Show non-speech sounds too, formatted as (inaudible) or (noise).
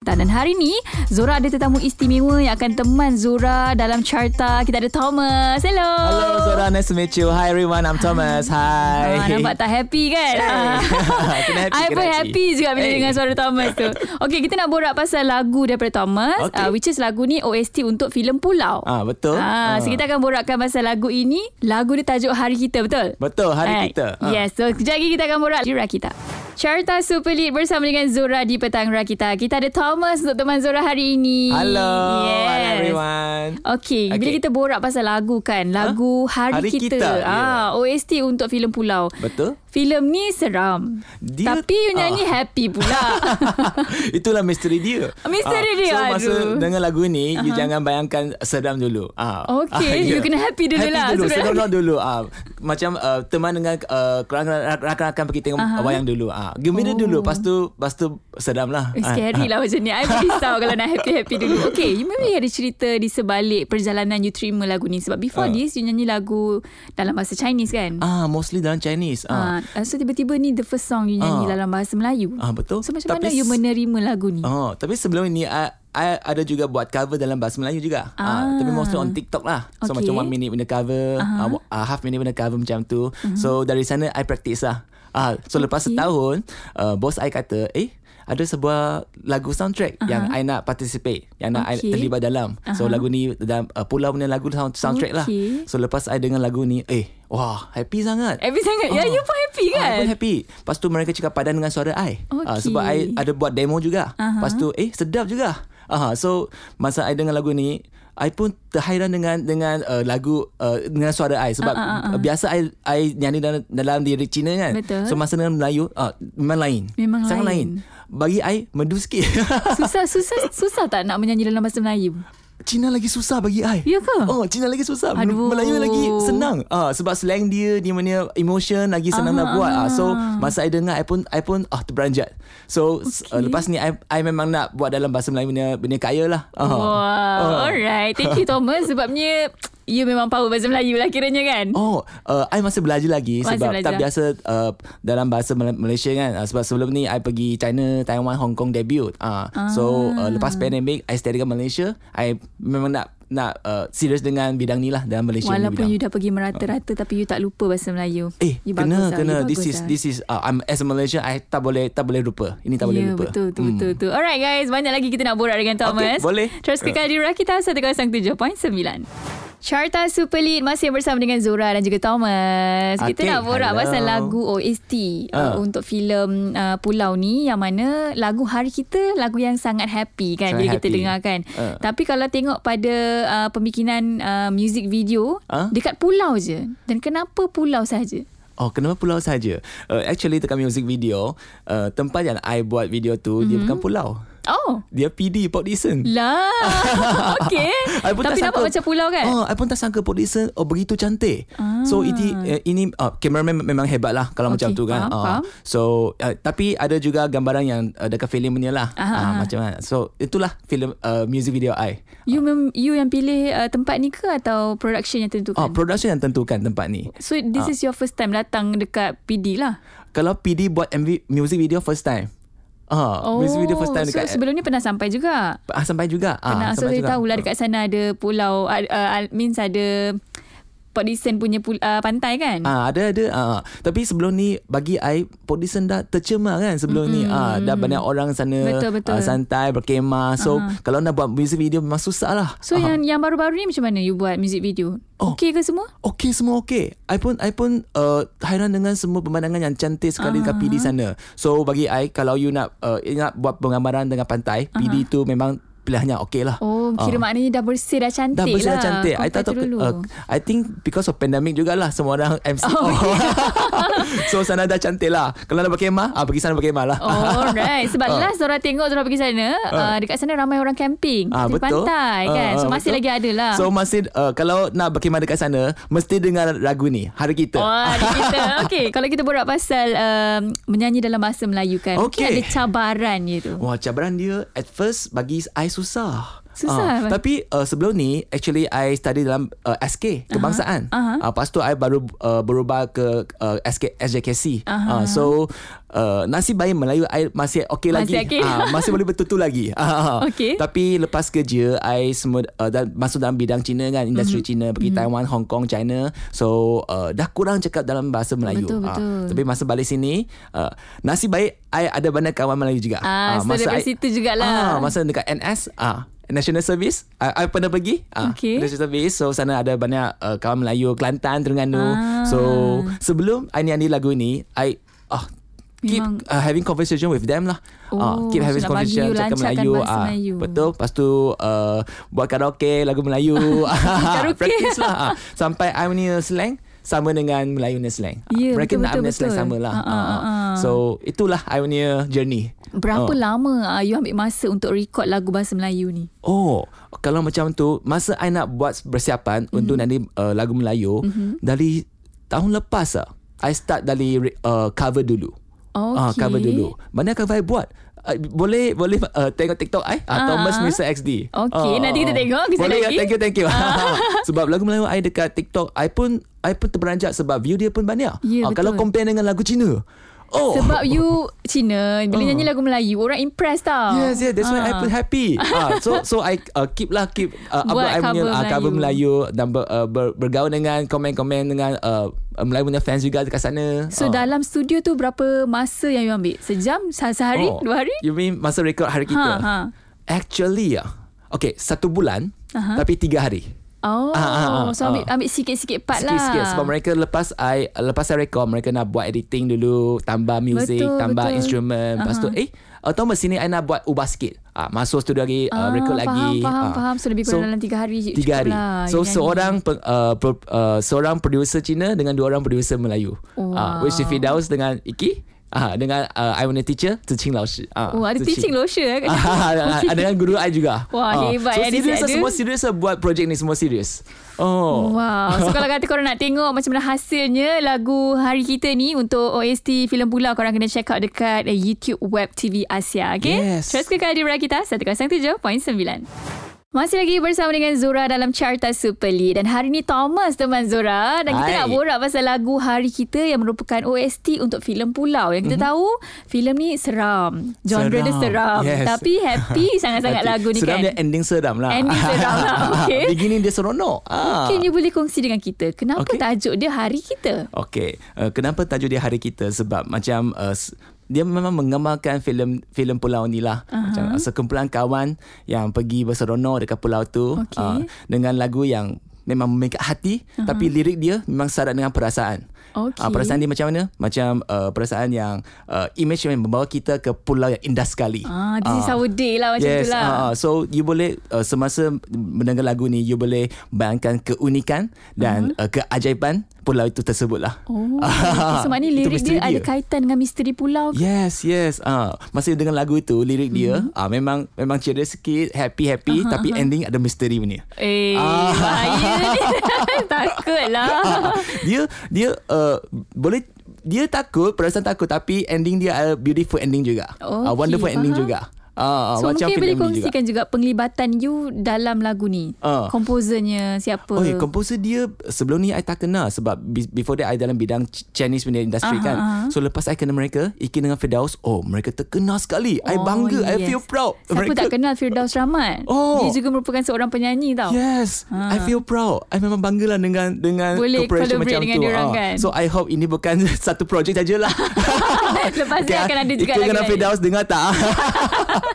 Carta. Dan hari ni, Zora ada tetamu istimewa yang akan teman Zora dalam Carta. Kita ada Thomas. Hello. Hello Zora, nice to meet you. Hi everyone, I'm Thomas. Hi. Ah, nampak tak happy kan? Hey. (laughs) Kena happy, I kena pun happy. happy juga bila Hey. dengar suara Thomas tu. Okay, kita nak borak pasal lagu daripada Thomas. Okay. Okay. Uh, which is lagu ni OST untuk filem Pulau. Ah, betul. Ah, so kita akan borakkan pasal lagu ini. Lagu dia tajuk Hari Kita, betul? Betul, hari Eh, kita. Ah. Yes, so kejap lagi kita akan borak di Rakita. Carta Super Lead bersama dengan Zora di Petang Rakita. Kita ada Thomas untuk teman Zora hari ini. Hello, Yes. hi everyone. Okey, okay. bila Okey. kita borak pasal lagu kan, lagu Hari, Hari Kita. Kita, ya. Ah, OST untuk filem Pulau. Betul. Filem ni seram. Dia- Tapi penyanyi ah. happy (laughs) pula. Itulah misteri dia. Ah, Misteri dia, So masa aduh. dengan lagu ni, uh-huh. you jangan bayangkan sedam dulu. Ah. Okey, (laughs) you kena happy dulu happy lah. Dulu, Sebenarnya. seronok dulu. Ah. Macam uh, teman dengan uh, rakan-rakan pergi tengok uh-huh. wayang dulu. Ah. Gembira oh. dulu, lepas tu lepas tu sedam lah. Eh, Ah. Scary lah macam ni I berisau kalau nak happy-happy dulu Okay You maybe ada cerita Di sebalik perjalanan You terima lagu ni Sebab before uh. this You nyanyi lagu Dalam bahasa Chinese kan Ah, mostly dalam Chinese. Ah. uh. Uh, So tiba-tiba ni The first song you nyanyi Ah. Dalam bahasa Melayu Ah, betul. So macam mana Tapi You s- menerima lagu ni Oh, tapi sebelum ini I, I ada juga buat cover dalam bahasa Melayu juga. Ah. Ah. tapi mostly on TikTok lah. So Okay. macam one minute benda cover, uh-huh. uh, half minute benda cover macam tu. Mhm. Uh-huh. So dari sana I practice lah. Ah, so okay. lepas setahun, uh, bos I kata, "Eh, ada sebuah lagu soundtrack uh-huh. yang I nak participate, yang nak Okay. I terlibat dalam. Uh-huh. So lagu ni dalam uh, pulau punya lagu sound, soundtrack lah. Okay. So lepas I dengar lagu ni, eh, wah, happy sangat. Happy sangat Ya Ah. you pun happy kan Ah, I pun happy. (laughs) Lepas tu mereka cakap padan dengan suara I. Ah, Okey. sebab I ada buat demo juga. Uh-huh. Lepas tu eh sedap juga. Aha, so masa I dengar lagu ni, I pun terhairan dengan dengan uh, lagu uh, dengan suara I sebab Ah, uh, uh, uh. biasa I I nyanyi dalam, dalam lirik Cina kan. Betul. So masa dengan Melayu uh, memang lain. Memang Sangat lain. lain. Bagi I merdu sikit. (laughs) Susah susah susah tak nak menyanyi dalam bahasa Melayu Cina lagi susah bagi I. Ya ke? Oh, Cina lagi susah. Aduh. Aduh. Melayu lagi senang. Ah, sebab slang dia, dia punya emotion lagi senang Aha, nak buat. Ah, so aha. masa I dengar, I pun I pun ah terperanjat. So okay. uh, lepas ni I, I memang nak buat dalam bahasa Melayu punya punya kaya lah. Ah. Wow Alright Thank you (laughs) Thomas Sebabnya You memang power bahasa Melayu lah kiranya kan Oh, uh, I masih belajar lagi Masih masih sebab belajar. belajar. tak biasa uh, dalam bahasa Mal- Malaysia kan. Uh, sebab sebelum ni I pergi China, Taiwan, Hong Kong debut. Uh, ah. So uh, lepas pandemic I stay dekat Malaysia. I memang nak nak uh, serius dengan bidang ni lah dalam Malaysia punya Walaupun bidang. you dah pergi merata-rata Tapi you tak lupa bahasa Melayu Ah. Eh, you bagus kena lah, kena you this bagus is lah. this is uh, I'm as a Malaysian I tak boleh tak boleh lupa. Ini tak boleh Ya, lupa. Hmm. betul, betul, betul, betul. Alright guys, banyak lagi kita nak borak dengan Thomas. Okey, boleh. Terus kekal di Rakita 107.9. Carta Super Lead masih bersama dengan Zora dan juga Thomas. Kita Okey, nak borak hello. pasal lagu OST uh. Ah. untuk filem uh, Pulau ni yang mana lagu Hari Kita lagu yang sangat happy kan Sangat bila kita happy. dengarkan. Ah. Tapi kalau tengok pada uh, pembikinan uh, music video Ah? dekat pulau je. Dan kenapa pulau saja? Oh, kenapa pulau saja? Uh, actually dekat music video, uh, tempat yang I buat video tu mm-hmm. Mhm. dia bukan pulau. Oh. Dia PD Port Dickson. Lah. (laughs) Okey. (laughs) I pun Tapi nampak tak sangka- macam pulau kan? Oh, I pun tak sangka Port Dickson oh, begitu cantik. Ah. So ini eh, ini uh, kameraman mem- memang hebat lah kalau Okay, macam tu faham, kan. Ah. faham. So uh, tapi ada juga gambaran yang uh, dekat filem punya lah. Aha, aha. Ah, macam mana. So itulah filem uh, music video I. You mem- you yang pilih uh, tempat ni ke atau production yang tentukan? Oh, Ah. production yang tentukan tempat ni. so this is your first time datang dekat PD lah. Kalau PD buat MV music video first time. Ah, oh, music video first time so dekat sebelum ni pernah sampai juga. ah, sampai juga. Pernah Ah, so saya sampai juga. tahulah dekat sana ada pulau uh, uh, means ada Port Dickson punya pul- uh, pantai kan? Ah ada ada ah tapi sebelum ni bagi I producer dah tercemar kan sebelum mm-hmm. ni ah dah banyak orang sana Betul, betul. ah, santai berkemah so kalau nak buat music video memang susah lah so Ah, yang yang baru-baru ni macam mana you buat music video? Oh. Okey ke semua? Okay semua okay I pun I pun uh, hairan dengan semua pemandangan yang cantik sekali uh-huh. dekat PD sana So bagi I Kalau you nak uh, Nak buat penggambaran dengan pantai uh-huh. PD tu memang Pilihannya okay lah Oh, Ah. kira maknanya dah bersih dah cantik Dah besar lah. cantik I tak Compare tahu dulu. uh, (laughs) I think Because of pandemic jugalah Semua (laughs) orang ya. MCO oh, okay. (laughs) So sana dah cantik lah Kalau nak berkemah ah, Pergi sana berkemah lah Alright Sebab uh. Ah. last Zora tengok Zora pergi sana uh. Uh, Dekat sana ramai orang camping (laughs) Ah Di betul. pantai Ah, kan So ah, masih betul. lagi ada lah So masih uh, kalau nak berkhemah dekat sana mesti dengar lagu ni Hari Kita. Oh, ada (laughs) kita. Okay, kalau kita borak pasal um, menyanyi dalam bahasa Melayu kan. Mungkin Okey. ada cabaran dia tu. Wah cabaran dia at first bagi I susah. Susah. Uh, tapi uh, sebelum ni actually I study dalam uh, SK kebangsaan. aha. Uh-huh. Uh, lepas tu I baru uh, berubah ke uh, SK SJKC. Uh, so uh, nasib baik Melayu I masih okey lagi. Masih okey. Ah, masih boleh bertutur (laughs) lagi. Uh, Okey. Tapi lepas kerja I semua uh, dan masuk dalam bidang Cina kan, Mhm. industri mm-hmm. Cina pergi mm-hmm. Taiwan, Hong Kong, China. So uh, dah kurang cakap dalam bahasa Melayu. Betul, Ah, betul. tapi masa balik sini uh, nasib baik I ada banyak kawan Melayu juga. Ah, so daripada situ Ah, jugalah. masa dekat NS ah National Service I, I pernah pergi ah, Okay. National Service So sana ada banyak uh, Kawan Melayu Kelantan Terengganu Ah. So Sebelum I nyanyi lagu ni I ah, Keep Memang- uh, having conversation with them lah Ah, Oh, Keep having so nak bagi conversation you Cakap lancarkan Melayu, bahasa ah, Melayu. Betul Lepas tu uh, Buat karaoke Lagu (laughs) Melayu Ah, (laughs) Karaoke. Practice lah ah. Sampai I punya slang Sama dengan Melayu punya slang Ah, Ya, Mereka betul, nak I betul, punya slang betul. sama lah Ah, ah, Ah, ah. So Itulah I punya journey Berapa Ah. lama uh, you ambil masa untuk record lagu bahasa Melayu ni? Oh, kalau macam tu, masa I nak buat Mhm. persiapan mm-hmm. untuk nanti uh, lagu Melayu mm-hmm. dari tahun lepas ah, I start dari re- uh, cover dulu. Okay. Ah, cover dulu. Mana cover I buat? Uh, boleh boleh uh, tengok TikTok I uh, Ah. Thomas Mr XD. Okay, Ah, nanti kita ah. tengok, kita boleh, lagi. Ah. thank you thank you. (laughs) sebab lagu Melayu I dekat TikTok I pun I pun terperanjat sebab view dia pun banyak. Ya, Ah, betul. kalau compare dengan lagu Cina. Oh. Sebab you Cina Bila nyanyi lagu Melayu Orang impress tau Yes, yes. That's why I put happy. Ah, so so I uh, keep lah keep Buat uh, upload I punya cover uh, cover Melayu. Melayu dan ber, uh, ber, bergaul dengan komen-komen dengan uh, Melayu punya fans juga dekat sana. So Ah. dalam studio tu Berapa masa yang you ambil? Sejam? Se- Sehari? Oh, Dua hari? You mean masa rekod hari Ha, kita? ha. Actually ya. Okay, satu bulan Aha. tapi tiga hari. Oh Ah, ah, ah, So ambil, ah. ambil sikit-sikit part lah Sikit-sikit sebab mereka lepas I lepas I record mereka nak buat editing dulu, tambah music, Betul, tambah betul. instrument. Lepas tu eh uh, Thomas sini I nak buat ubah sikit. Ah, masuk studio lagi, uh, record faham, lagi. Faham, Ah. faham. So lebih kurang dalam tiga hari je cukup tiga hari. Lah, you so nyanyi. seorang pe- uh, pro, uh, seorang producer Cina dengan dua orang producer Melayu. Wow. Uh, which is Fidaus dengan Iki ah uh, dengan uh, I punya teacher Zicing Laoshi. Uh, Oh, ada (laughs) teaching lotion eh Ah. kat situ. ada dengan guru I juga. Wah, Ah, hebat So eh, dia serius lah, ada. semua serius lah buat projek ni semua serius. Oh. Wow. So kalau kata korang nak tengok macam mana hasilnya lagu Hari Kita ni untuk OST filem pula korang kena check out dekat eh, YouTube Web TV Asia. Okay? Yes. Terus ke kehadiran kita 107.9. Masih lagi bersama dengan Zora dalam Carta Super Lead. Dan hari ni Thomas teman Zora. Dan kita Hai. nak borak pasal lagu Hari Kita yang merupakan OST untuk filem Pulau. Yang kita mm-hmm. tahu, filem ni seram. Genre dia Mhm. seram. Seram. Yes. Tapi (laughs) happy sangat-sangat Tapi lagu ni sedam kan. dia ending seram lah. Ending seram (laughs) lah, okay. Beginning dia seronok. Ah. Mungkin you boleh kongsi dengan kita. Kenapa okay. Okay. tajuk dia Hari Kita? Okey, uh, kenapa tajuk dia Hari Kita sebab macam uh, s- dia memang menggambarkan filem filem pulau ni lah. Uh-huh. Macam uh, sekumpulan kawan yang pergi berseronok dekat pulau tu eh, Okey. dengan lagu yang memang memikat hati uh-huh. tapi lirik dia memang syarat dengan perasaan. Okey. Ah, perasaan dia macam mana? Macam uh, perasaan yang uh, image yang membawa kita ke pulau yang indah sekali. Ah, this is our day lah macam tu yes, lah. ah, ah. so you boleh uh, semasa mendengar lagu ni you boleh bayangkan keunikan dan uh-huh. uh, keajaiban pulau itu tersebut lah. Oh, so maknanya Itu lirik misteri dia, ada kaitan dengan misteri pulau ke? Yes, yes. Ah, masa dengan lagu itu lirik dia Hmm. ah memang memang ceria sikit, happy happy uh-huh, tapi uh-huh. ending ada misteri (laughs) punya. Eh, Ah. bahaya (laughs) ni. Takut lah. dia dia uh, boleh dia takut, perasaan takut tapi ending dia ada beautiful ending juga. Ah, Okey, wonderful ending faham. juga. Ah, ah, So macam mungkin boleh filem ni juga. kongsikan juga. penglibatan you dalam lagu ni. Ah. Komposernya siapa? Oh, yeah, komposer dia sebelum ni I tak kenal sebab be- before that I dalam bidang Ch- Chinese punya industry Aha, kan. aha. So lepas I kenal mereka, Iki dengan Firdaus, oh mereka terkenal sekali. I Oh, bangga, I yes. feel proud. Siapa mereka tak kenal Firdaus Rahman? Oh. Dia juga merupakan seorang penyanyi tau. Yes, I feel proud. I memang bangga lah dengan Ha. dengan Boleh corporation collaborate macam dengan tu. diorang Ah. kan? So I hope ini bukan (laughs) (laughs) satu projek (laughs) sajalah. ah. Lepas ni akan ada juga Ikut lagu dengan lain. Firdaus dengar tak?